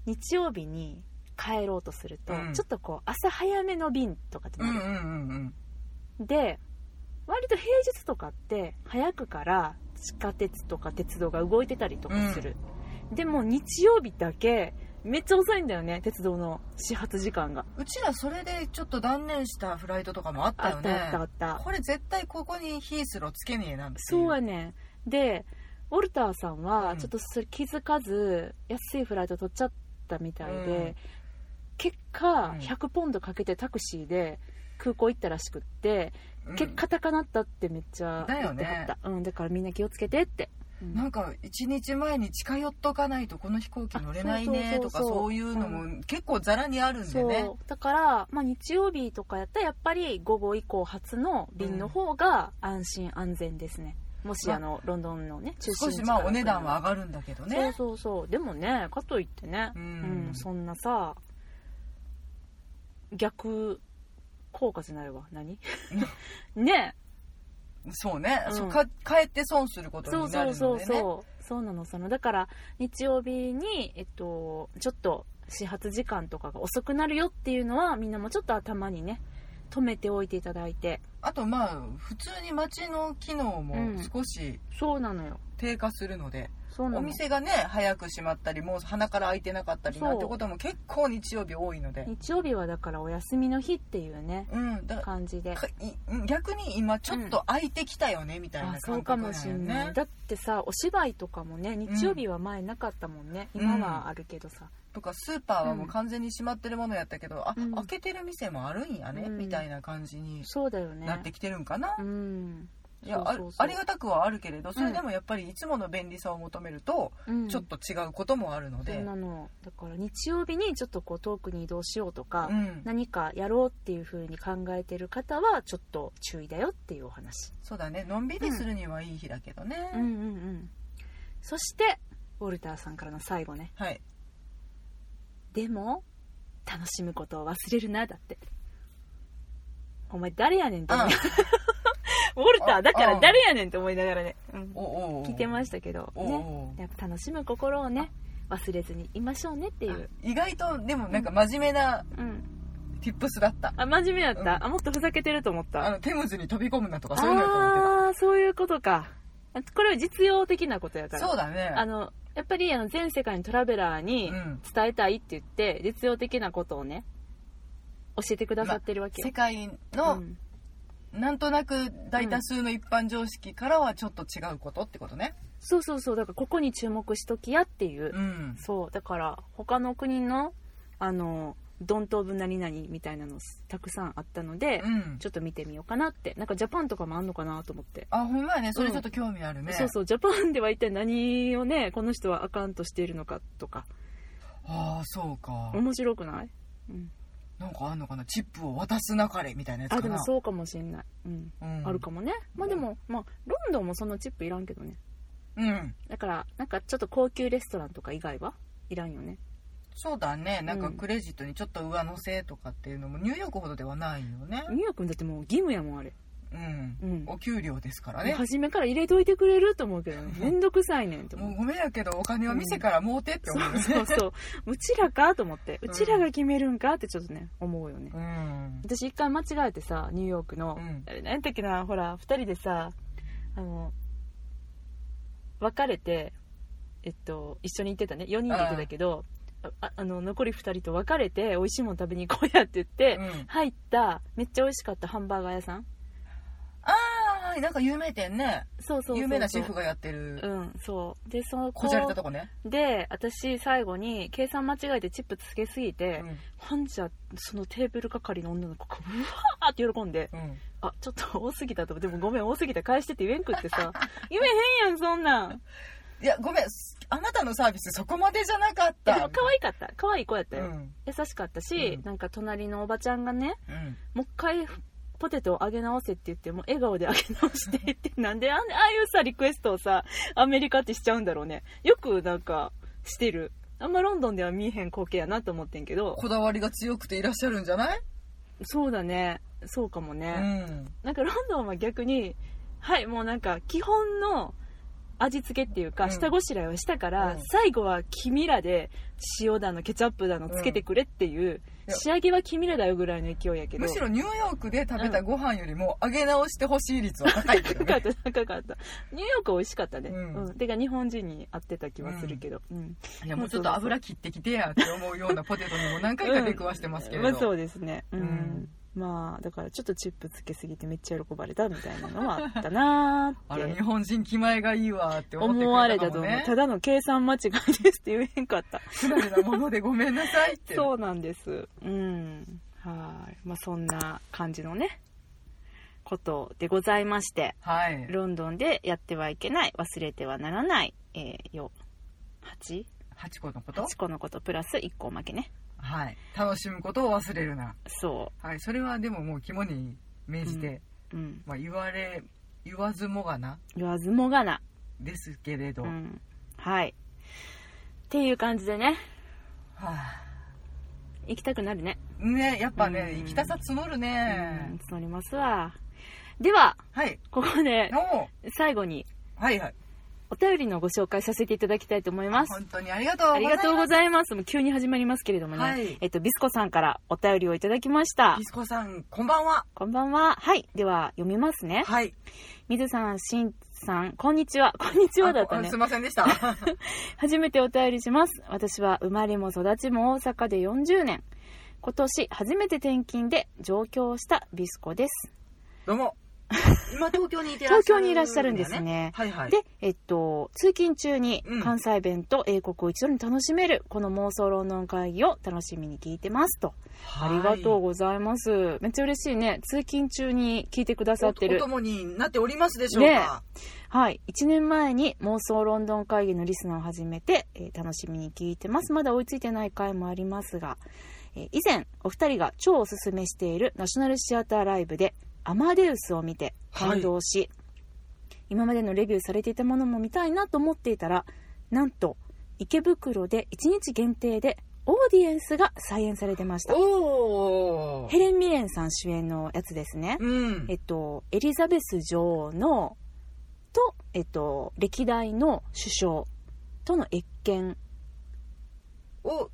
[SPEAKER 1] 日曜日に帰ろうとすると、
[SPEAKER 2] うん
[SPEAKER 1] ちょっとこう朝早めの便とかって
[SPEAKER 2] うん
[SPEAKER 1] な
[SPEAKER 2] うん
[SPEAKER 1] る、
[SPEAKER 2] うん
[SPEAKER 1] で割と平日とかって早くから地下鉄とか鉄道が動いてたりとかする、でも日曜日だけめっちゃ遅いんだよね鉄道の始発時間が
[SPEAKER 2] うんうちらそれでちょっと断念したフライトとかもあった
[SPEAKER 1] あ
[SPEAKER 2] よ
[SPEAKER 1] ったあ
[SPEAKER 2] ね
[SPEAKER 1] ったあった
[SPEAKER 2] これ絶対ここにヒースローつけねえなんてい
[SPEAKER 1] そうやねんでウォルターさん
[SPEAKER 2] う
[SPEAKER 1] は
[SPEAKER 2] ん
[SPEAKER 1] ちょっとそれ気づかず安いフライト取っちゃったみたいで、
[SPEAKER 2] うん
[SPEAKER 1] 結果
[SPEAKER 2] うん
[SPEAKER 1] 100ポンドかけてタクシーで空港行ったらしくって、
[SPEAKER 2] うん
[SPEAKER 1] 結果高なったってめっちゃ
[SPEAKER 2] だよ
[SPEAKER 1] 言って
[SPEAKER 2] ね
[SPEAKER 1] はった、うん、だからみんな気をつけてって、うん
[SPEAKER 2] なんか1日前に近寄っとかないとこの飛行機乗れないね
[SPEAKER 1] あ
[SPEAKER 2] と
[SPEAKER 1] そうそうそうそう
[SPEAKER 2] かそういうのも結構ざらにあるんで
[SPEAKER 1] そう
[SPEAKER 2] ね
[SPEAKER 1] だから、まあ、日曜日とかやったらやっぱり午後以降発の便の方が安心安全ですねもしあのロンドンのね中心
[SPEAKER 2] 少
[SPEAKER 1] 地
[SPEAKER 2] し
[SPEAKER 1] から
[SPEAKER 2] まあお値段は上がるんだけどね
[SPEAKER 1] そうそうそうでもねかといってね、
[SPEAKER 2] う
[SPEAKER 1] うんんそんなさ逆効果じゃないわ 何ね
[SPEAKER 2] そうね、
[SPEAKER 1] うん
[SPEAKER 2] そうか帰って損すること
[SPEAKER 1] そう
[SPEAKER 2] になる
[SPEAKER 1] そ
[SPEAKER 2] の
[SPEAKER 1] う
[SPEAKER 2] でね
[SPEAKER 1] そうそうそうなのそのだから日曜日に、えっと、ちょっと始発時間とかが遅くなるよっていうのはみんなもちょっと頭にね止めておいていただいて
[SPEAKER 2] あとまあ普通に街の機能
[SPEAKER 1] うん
[SPEAKER 2] も少し
[SPEAKER 1] そうなのよ
[SPEAKER 2] 低下するので、
[SPEAKER 1] そうな
[SPEAKER 2] お
[SPEAKER 1] の
[SPEAKER 2] 店がね早く閉まったりもう鼻から開いてなかったりなんてことも結構日曜日多いので
[SPEAKER 1] 日曜日はだからお休みの日っていうね
[SPEAKER 2] うんだか
[SPEAKER 1] 感じで
[SPEAKER 2] らかい逆に今ちょっと開いてきたよねみたい
[SPEAKER 1] あ
[SPEAKER 2] な
[SPEAKER 1] そうか
[SPEAKER 2] 感覚
[SPEAKER 1] も
[SPEAKER 2] な
[SPEAKER 1] し
[SPEAKER 2] んよ
[SPEAKER 1] んない、
[SPEAKER 2] ね
[SPEAKER 1] だってさお芝居とかもね日曜日は前なかったもんね、
[SPEAKER 2] うん
[SPEAKER 1] 今はあるけどさ、
[SPEAKER 2] とかスーパーはもう完全に閉まってるものやったけど、あ
[SPEAKER 1] うん
[SPEAKER 2] 開けてる店もあるんやね、
[SPEAKER 1] うん
[SPEAKER 2] みたいな感じに
[SPEAKER 1] そうだよね
[SPEAKER 2] なってきてるんかな、
[SPEAKER 1] うん
[SPEAKER 2] いや
[SPEAKER 1] そうそうそう
[SPEAKER 2] あありがたくはあるけれどそれでもやっぱりいつもの便利さを求めると、
[SPEAKER 1] うん
[SPEAKER 2] ちょっと違うこともあるの
[SPEAKER 1] そ
[SPEAKER 2] で、
[SPEAKER 1] うなのだから日曜日にちょっとこう遠くに移動しようとか、
[SPEAKER 2] うん
[SPEAKER 1] 何かやろうっていう風に考えてる方はちょっと注意だよっていうお話
[SPEAKER 2] そうだねのんびりするにはいい日だけどね、
[SPEAKER 1] うんうんうんそしてウォルターさんからの最後ね
[SPEAKER 2] はい
[SPEAKER 1] でも楽しむことを忘れるなだってお前誰やねんって思い ウォルターだから誰やねんって思いながらね、うん
[SPEAKER 2] おお
[SPEAKER 1] 聞いてま
[SPEAKER 2] し
[SPEAKER 1] したけど
[SPEAKER 2] おう
[SPEAKER 1] ね
[SPEAKER 2] おう
[SPEAKER 1] やっぱ楽しむ心をね忘れずにいましょうねっていう
[SPEAKER 2] あ意外とでもなんか真面目な
[SPEAKER 1] うん、
[SPEAKER 2] ティップスだった、
[SPEAKER 1] あ真面目やった、
[SPEAKER 2] うん
[SPEAKER 1] あもっとふざけてると思った
[SPEAKER 2] あのテムズに飛び込むなとかそういうのやと思って
[SPEAKER 1] ああーそういうことかこれは実用的なことやか
[SPEAKER 2] た
[SPEAKER 1] ら
[SPEAKER 2] そうだね
[SPEAKER 1] あのやっぱりあの全世界のトラベラーに
[SPEAKER 2] うん
[SPEAKER 1] 伝えたいって言って、実用的なことをね教えてくださってるわけよ
[SPEAKER 2] 世、界
[SPEAKER 1] う
[SPEAKER 2] の
[SPEAKER 1] ん
[SPEAKER 2] なんとなく大多数の一般常識からはちょっと違うことってことね
[SPEAKER 1] そうそうそうだからここに注目しときやっていう、
[SPEAKER 2] うん
[SPEAKER 1] そうだから他の国のあのドントブ何々みたいなのたくさんあったので、
[SPEAKER 2] うん
[SPEAKER 1] ちょっと見てみようかなってなんかジャパンとかもあんのかなと思って、
[SPEAKER 2] あほんまやねそれちょっと興味あるね、
[SPEAKER 1] そうそうジャパンでは一体何をねこの人はあかんとしているのかとか
[SPEAKER 2] ああそうか、
[SPEAKER 1] 面白くない、うん、
[SPEAKER 2] なんかあんのかなチップを渡すなかれみたいなやつか
[SPEAKER 1] あ
[SPEAKER 2] な
[SPEAKER 1] でもそうかもしんない、うん
[SPEAKER 2] うん、
[SPEAKER 1] あるかもねまあでも、まあ、ロンドンもそんなチップいらんけどね
[SPEAKER 2] うん
[SPEAKER 1] だからなんかちょっと高級レストランとか以外はいらんよね
[SPEAKER 2] そうだねなん
[SPEAKER 1] う
[SPEAKER 2] か
[SPEAKER 1] ん
[SPEAKER 2] クレジットにちょっと上乗せとかっていうのもニューヨークほどではないよね
[SPEAKER 1] ニューヨークもだってもう義務やもんあれ、
[SPEAKER 2] うん、
[SPEAKER 1] うん、
[SPEAKER 2] お給料ですからね
[SPEAKER 1] 初めから入れといてくれると思うけどねめんどくさいねんって
[SPEAKER 2] も
[SPEAKER 1] 思
[SPEAKER 2] う
[SPEAKER 1] う
[SPEAKER 2] ごめんやけどお金は店からもうてって
[SPEAKER 1] そ
[SPEAKER 2] 思うよね
[SPEAKER 1] うそうそううちらかと思って
[SPEAKER 2] う
[SPEAKER 1] うんちらが決めるんかってちょっとね思うよね
[SPEAKER 2] うん
[SPEAKER 1] 私一回間違えてさニューヨークの、
[SPEAKER 2] うん
[SPEAKER 1] あれ何やったっけなほら2人でさあの別れてえっと一緒に行ってたね4人で行ってたけどああの残り2人と別れて美味しいもん食べに行こうやって言って、
[SPEAKER 2] うん
[SPEAKER 1] 入っためっちゃ美味しかったハンバーガー屋さん
[SPEAKER 2] ああはいなんか有名店ね
[SPEAKER 1] そうそうそうそう
[SPEAKER 2] 有名なシェフがやってる、
[SPEAKER 1] うんそうでそ
[SPEAKER 2] こじゃれた
[SPEAKER 1] こと
[SPEAKER 2] こね、
[SPEAKER 1] で私最後に計算間違えてチップつけすぎて、
[SPEAKER 2] うん
[SPEAKER 1] ほんじゃそのテーブル係の女の子がうわーって喜んで
[SPEAKER 2] うん、
[SPEAKER 1] あちょっと多すぎたと思うでもごめん多すぎた返してって言えんくって さ言えへんやんそんなん
[SPEAKER 2] いやごめんあなたのサービスそこまでじゃなかっ
[SPEAKER 1] で
[SPEAKER 2] た
[SPEAKER 1] も可愛かった可愛い子やったよ、
[SPEAKER 2] うん
[SPEAKER 1] 優しかったし、
[SPEAKER 2] うん
[SPEAKER 1] なんか隣のおばちゃんがね
[SPEAKER 2] うん
[SPEAKER 1] もう一回ポテトを揚げ直せって言ってもう笑顔で揚げ直してって なんであんああいうさリクエストをさアメリカってしちゃうんだろうねよくなんかしてるあんまロンドンでは見えへん光景やなと思ってんけど
[SPEAKER 2] こだわりが強くていらっしゃるんじゃない、
[SPEAKER 1] そうだねそうかもね、
[SPEAKER 2] うん
[SPEAKER 1] なんかロンドンは逆にはいもうなんか基本の味付けっていうか
[SPEAKER 2] うん
[SPEAKER 1] 下ごしらえをしたから、
[SPEAKER 2] うん
[SPEAKER 1] 最後は君らで塩だのケチャップだのつけてくれっていう、
[SPEAKER 2] うん
[SPEAKER 1] 仕上げは君らだよぐらいの勢いやけど
[SPEAKER 2] むしろニューヨークで食べたご飯よりも揚げ直してほしい率は高いけ
[SPEAKER 1] 高
[SPEAKER 2] ど
[SPEAKER 1] かっ
[SPEAKER 2] ね、
[SPEAKER 1] た高かったニューヨークは美味しかったね、
[SPEAKER 2] う
[SPEAKER 1] うんんてか日本人に合ってた気はするけど、うん
[SPEAKER 2] いやもうちょっと油切ってきてやって思うようなポテトにも何回か出くわしてますけれど、
[SPEAKER 1] まあ、そうですねうん、
[SPEAKER 2] うん
[SPEAKER 1] まあだからちょっとチップつけすぎてめっちゃ喜ばれたみたいなのはあったな
[SPEAKER 2] あ
[SPEAKER 1] ー
[SPEAKER 2] れ
[SPEAKER 1] っ
[SPEAKER 2] 日
[SPEAKER 1] て
[SPEAKER 2] 本人気前がいいわって思ってくれ
[SPEAKER 1] 思われ
[SPEAKER 2] た
[SPEAKER 1] た
[SPEAKER 2] か
[SPEAKER 1] と
[SPEAKER 2] も
[SPEAKER 1] 思う
[SPEAKER 2] ね
[SPEAKER 1] ただの計算間違いですって言えへんかった
[SPEAKER 2] 不慣れなものでごめんなさいって
[SPEAKER 1] そうなんです。うん。はい。まあ、そんな感じのね、ことでございまして、
[SPEAKER 2] はい
[SPEAKER 1] ロンドンでやってはいけない、忘れてはならない、えー、よ、8?
[SPEAKER 2] 8個のこと
[SPEAKER 1] 8個のことプラス1個おまけね。
[SPEAKER 2] はい楽しむことを忘れるな
[SPEAKER 1] そ
[SPEAKER 2] はいそれはでももう肝に銘じて、
[SPEAKER 1] う。うん。
[SPEAKER 2] まあ言われ言わずもがな
[SPEAKER 1] 言わずもがな。
[SPEAKER 2] ですけれど、
[SPEAKER 1] う
[SPEAKER 2] は
[SPEAKER 1] ん。はい。っていう感じでね、
[SPEAKER 2] あ
[SPEAKER 1] 行きたくなるね。
[SPEAKER 2] ねやっぱね、
[SPEAKER 1] うん
[SPEAKER 2] 行きたさ募るね、
[SPEAKER 1] うん、募りますわ。では、
[SPEAKER 2] はい
[SPEAKER 1] ここで
[SPEAKER 2] お
[SPEAKER 1] 最後に
[SPEAKER 2] はいはい
[SPEAKER 1] お便りのご紹介させていただきたいと思います。
[SPEAKER 2] 本当にありがとうござ
[SPEAKER 1] あ
[SPEAKER 2] い
[SPEAKER 1] り
[SPEAKER 2] ます
[SPEAKER 1] がとうございます。もう急に始まりますけれどもね。
[SPEAKER 2] はい
[SPEAKER 1] えっと、ビスコさんからお便りをいただきました
[SPEAKER 2] ピ。スコさんこんばんは
[SPEAKER 1] こんばんは。はい。では、読みますね。
[SPEAKER 2] はい
[SPEAKER 1] 水さん、しんさん、こんにちは。こんにちはだった
[SPEAKER 2] あ
[SPEAKER 1] ね
[SPEAKER 2] すい。ませんでした
[SPEAKER 1] 初めてお便りします。私は生まれも育ちも大阪で40年。今年初めて転勤で上京したビスコです。
[SPEAKER 2] どうも今東京にいてらっ
[SPEAKER 1] 東
[SPEAKER 2] しゃ
[SPEAKER 1] 京に
[SPEAKER 2] るんだね、
[SPEAKER 1] いらっしゃるんですね。
[SPEAKER 2] はいはい
[SPEAKER 1] で、えっと、通勤中に
[SPEAKER 2] うん
[SPEAKER 1] 関西弁と英国を一度に楽しめる、この妄想論論会議を楽しみに聞いてますと。ありがとう
[SPEAKER 2] う
[SPEAKER 1] ございます。めっちゃ嬉しいね。通勤中に聞いてくださって
[SPEAKER 2] お
[SPEAKER 1] る。
[SPEAKER 2] 供になっておりますでしょうか、
[SPEAKER 1] はい。1年前に妄想ロンドン会議のリスナーを始めて、えー楽しみに聞いてます。まだ追いついてない回もありますが、えー以前、お二人が超おすすめしているナショナルシアターライブで、アマデウスを見て感動し、今までのレビューされていたものも見たいなと思っていたら、なんと、池袋で1日限定で、オーディエンスが再演されてました。
[SPEAKER 2] おお
[SPEAKER 1] ヘレン・ミレンさん主演のやつですね。
[SPEAKER 2] うん
[SPEAKER 1] えっと、エリザベス女王のと、えっと、歴代の首相との謁見
[SPEAKER 2] を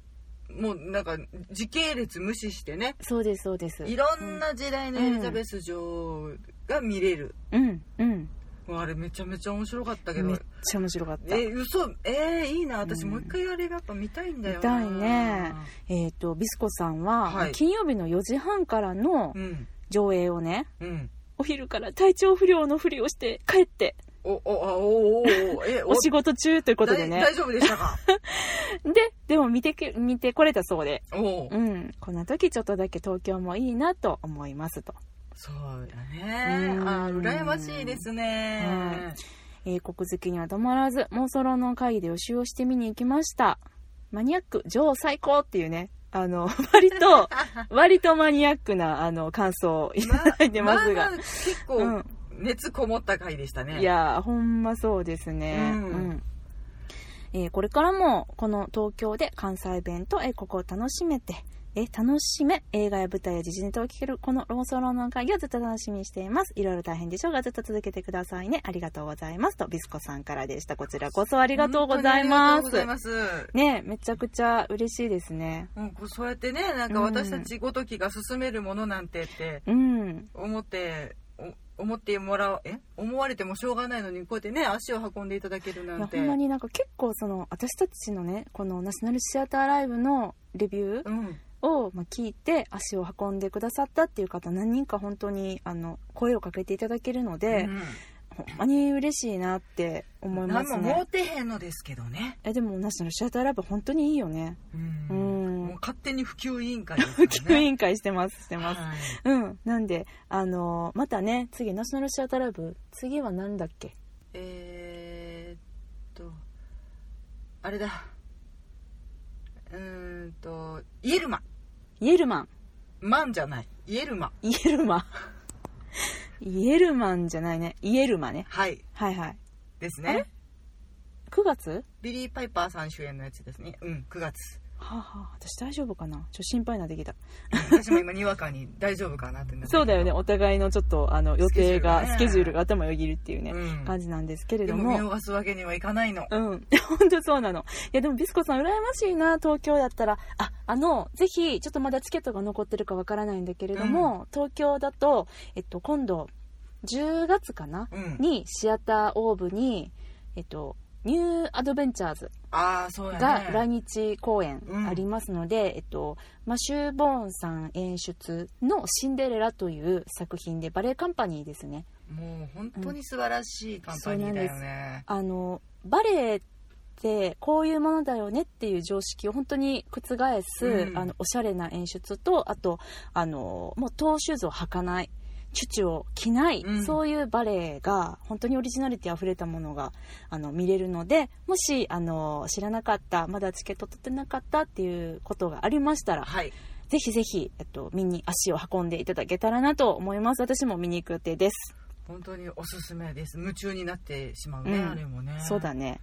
[SPEAKER 2] もうなんか時系列無視してね
[SPEAKER 1] そうですそうです
[SPEAKER 2] いろんな時代のエリザベス女王が見れる、
[SPEAKER 1] うんうん
[SPEAKER 2] もうあれめちゃめちゃ面白かったけ
[SPEAKER 1] め
[SPEAKER 2] ど
[SPEAKER 1] っちゃ面白かった
[SPEAKER 2] え嘘えー、いいな私
[SPEAKER 1] うん
[SPEAKER 2] もう一回あれやっぱ見たいんだよな
[SPEAKER 1] 見たいねえっとビスコさんは、
[SPEAKER 2] はい
[SPEAKER 1] 金曜日の4時半からの
[SPEAKER 2] うん
[SPEAKER 1] 上映をね
[SPEAKER 2] うん
[SPEAKER 1] お昼から体調不良のふりをして帰って
[SPEAKER 2] おおあおーおーおー え
[SPEAKER 1] お仕事中ということで
[SPEAKER 2] 大
[SPEAKER 1] ね
[SPEAKER 2] 大丈夫でし たか
[SPEAKER 1] ででも見てけ見てこれたそうで
[SPEAKER 2] おお
[SPEAKER 1] うんこんな時ちょっとだけ東京もいいなと思いますと
[SPEAKER 2] そうだね
[SPEAKER 1] うん
[SPEAKER 2] あー羨ましいですね
[SPEAKER 1] は英国好きには止まらず妄想論の会議で予習をして見に行きましたマニアック女王最高っていうねあの 割と割とマニアックなあの感想をいただいてます
[SPEAKER 2] ま
[SPEAKER 1] が、
[SPEAKER 2] あまあ結
[SPEAKER 1] う
[SPEAKER 2] 構熱こもった回でしたね、
[SPEAKER 1] ん、いやーほんまそうですね、う
[SPEAKER 2] うんん
[SPEAKER 1] えーこれからもこの東京で関西弁と英国を楽しめてえー楽しめ映画や舞台や時事ネタを聞けるこの妄想論の会議をずっと楽しみにしていますいろいろ大変でしょうがずっと続けてくださいねありがとうございますとビスコさんからでしたこちらこそありがとうございます
[SPEAKER 2] 本当にありがとうございます。
[SPEAKER 1] ねめちゃくちゃ嬉しいですね
[SPEAKER 2] うん、こうそうやってね、なんか私たちごときが進めるものなんてって
[SPEAKER 1] うん
[SPEAKER 2] 思って、お思ってもらう、え思われてもしょうがないのに、こうやってね、足を運んでいただけるない
[SPEAKER 1] や
[SPEAKER 2] ん
[SPEAKER 1] ほ
[SPEAKER 2] て。
[SPEAKER 1] んまになんか結構その私たちのねこのナショナルシアターライブのレビュー
[SPEAKER 2] うん。
[SPEAKER 1] をまあ聞いて足を運んでくださったっていう方何人か本当にあの声をかけていただけるので、ほんまに嬉しいなって
[SPEAKER 2] う
[SPEAKER 1] 思い
[SPEAKER 2] ん、
[SPEAKER 1] ま
[SPEAKER 2] 何
[SPEAKER 1] す
[SPEAKER 2] もも
[SPEAKER 1] ね
[SPEAKER 2] うてへんのですけどね。
[SPEAKER 1] えでもナショナルシアターライブ本当にいいよね
[SPEAKER 2] うん
[SPEAKER 1] うん
[SPEAKER 2] もう勝手に普及委員会ですから
[SPEAKER 1] 普
[SPEAKER 2] ね。
[SPEAKER 1] 及委
[SPEAKER 2] 員
[SPEAKER 1] 員会してますしてます、
[SPEAKER 2] はい、
[SPEAKER 1] うんなんであのまたね次ナショナルシアターライブ次は何だっけ
[SPEAKER 2] えー、っと、あれだ。うーんと、イエルマン。
[SPEAKER 1] イエルマン
[SPEAKER 2] マンじゃない。イエルマン。
[SPEAKER 1] イエルマンイエルマンじゃないねイエルマね
[SPEAKER 2] はい。
[SPEAKER 1] はいはい
[SPEAKER 2] です
[SPEAKER 1] あ
[SPEAKER 2] ね
[SPEAKER 1] れ。9月
[SPEAKER 2] ビリー・パイパーさん主演のやつですね。うん、9月。
[SPEAKER 1] はあ、はあ、私大丈夫かなちょっと心配になってきた
[SPEAKER 2] 私も今、にわかに大丈夫かなってなって
[SPEAKER 1] そうだよね。お互いのちょっとあの予定がス
[SPEAKER 2] ス
[SPEAKER 1] ケ
[SPEAKER 2] ケ
[SPEAKER 1] ジ
[SPEAKER 2] ジ
[SPEAKER 1] ュー
[SPEAKER 2] ュー
[SPEAKER 1] ル
[SPEAKER 2] ル
[SPEAKER 1] が頭よぎるっていうね、
[SPEAKER 2] うん
[SPEAKER 1] 感じなんですけれ
[SPEAKER 2] で
[SPEAKER 1] ど
[SPEAKER 2] も見
[SPEAKER 1] も
[SPEAKER 2] 逃すわけにはいかないの。
[SPEAKER 1] うん 本当そうなのいやでもビスコさん羨ましいな東京だったらああのぜひちょっとまだチケットが残ってるかわからないんだけれども、東京だと、えっと、今度10月かな、
[SPEAKER 2] うん。
[SPEAKER 1] にシアターオーブに、えっと、ニューアドベンチャーズ
[SPEAKER 2] ああ、そうや
[SPEAKER 1] が
[SPEAKER 2] ね。
[SPEAKER 1] 来日公演ありますので、えっと、マシュー・ボーンさん演出の「シンデレラ」という作品でバレエカンパニーですね
[SPEAKER 2] もう本当に素晴らしいカンパニーだよね。
[SPEAKER 1] あのバレエってこういうものだよねっていう常識を本当に覆す、
[SPEAKER 2] うん
[SPEAKER 1] あのおしゃれな演出とあとあのもうトーシューズを履かないチュチュを着ない、
[SPEAKER 2] うん
[SPEAKER 1] そういうバレエが本当にオリジナリティあふれたものがあの見れるのでもしあの知らなかったまだチケット取ってなかったっていうことがありましたら
[SPEAKER 2] はい。
[SPEAKER 1] ぜひぜひ、えっと、見に足を運んでいただけたらなと思います私も見に行く予定です。
[SPEAKER 2] 本当におすすめです。夢中になってしまうね、
[SPEAKER 1] うん
[SPEAKER 2] あれもね。
[SPEAKER 1] そうだね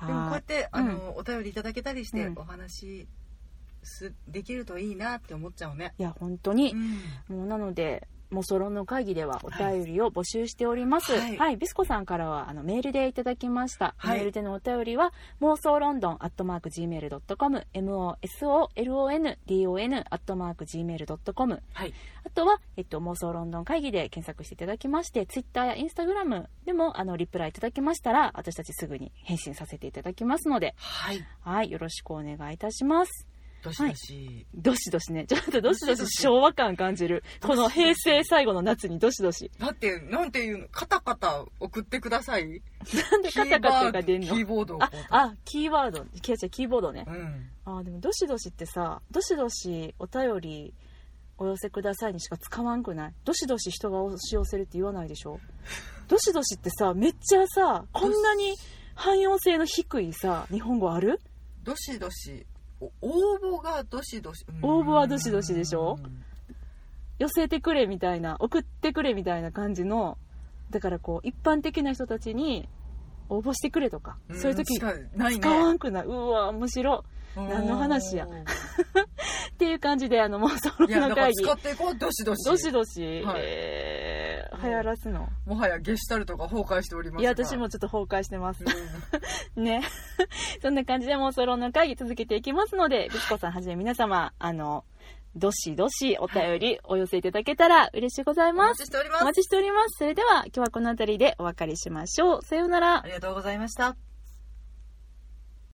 [SPEAKER 2] でもこうや
[SPEAKER 1] は
[SPEAKER 2] っ
[SPEAKER 1] い
[SPEAKER 2] て、
[SPEAKER 1] はい
[SPEAKER 2] あの、お便りいただけたりして
[SPEAKER 1] う、ん
[SPEAKER 2] お話す、できるといいなって思っちゃうね。
[SPEAKER 1] いや本当に
[SPEAKER 2] う、ん。
[SPEAKER 1] もうなので、もうソロの会議ではお便りを募集しております。は、
[SPEAKER 2] はいい
[SPEAKER 1] ビスコさんからはあのメールでいただきました。
[SPEAKER 2] はい
[SPEAKER 1] メールでのお便りは、妄想ロンドンアットマーク gmail.com、mosolondon アットマーク gmail.com。
[SPEAKER 2] はい。
[SPEAKER 1] あとは、えっと、妄想ロンドン会議で検索していただきまして、ツイッターやインスタグラムでもあのリプライいただきましたら、私たちすぐに返信させていただきますので、
[SPEAKER 2] はい。
[SPEAKER 1] はい、よろしくお願いいたします。
[SPEAKER 2] どしどし、
[SPEAKER 1] どしどしね。ちょっとどしどし昭和感感じる。この平成最後の夏にどしどし。
[SPEAKER 2] だってなんていうのカタカタ送ってください
[SPEAKER 1] なんでカタカタが出ん
[SPEAKER 2] キー
[SPEAKER 1] の
[SPEAKER 2] ボードをこ
[SPEAKER 1] あ
[SPEAKER 2] う、
[SPEAKER 1] あ、キーワード。キャキーボードね
[SPEAKER 2] う。ん
[SPEAKER 1] あーでもどしどしってさどしどしお便りお寄せくださいにしか使わんくないどしどし人が押し寄せるって言わないでしょどしどしってさめっちゃさこんなに汎用性の低いさ日本語ある
[SPEAKER 2] どしどしお応募がどしどしうん
[SPEAKER 1] 応募はどしどしでしょ寄せてくれみたいな送ってくれみたいな感じのだからこう一般的な人たちに応募してくれとか
[SPEAKER 2] うん
[SPEAKER 1] そういう時
[SPEAKER 2] しかない
[SPEAKER 1] 使わ
[SPEAKER 2] ね
[SPEAKER 1] んくないうわ面白何の話や
[SPEAKER 2] うん
[SPEAKER 1] っていう感じであの妄想
[SPEAKER 2] いや
[SPEAKER 1] の
[SPEAKER 2] だから
[SPEAKER 1] 会議
[SPEAKER 2] 使っていこうどしどし
[SPEAKER 1] どしどし、
[SPEAKER 2] はい
[SPEAKER 1] えー流行らすの
[SPEAKER 2] もはやゲシュタルトが崩壊しておりますが
[SPEAKER 1] いや、私もちょっと崩壊してます
[SPEAKER 2] う ん。
[SPEAKER 1] ね。そんな感じで妄想論の会議続けていきますので、ビスコさんはじめ皆様、あの、どしどしお便りお寄せいただけたら嬉しいござい
[SPEAKER 2] お
[SPEAKER 1] ま
[SPEAKER 2] 待
[SPEAKER 1] す。
[SPEAKER 2] ちしておりま
[SPEAKER 1] お
[SPEAKER 2] す
[SPEAKER 1] 待ちしております。それでは今日はこの辺りでお別れしましょう。さようなら
[SPEAKER 2] あ。りがとうございました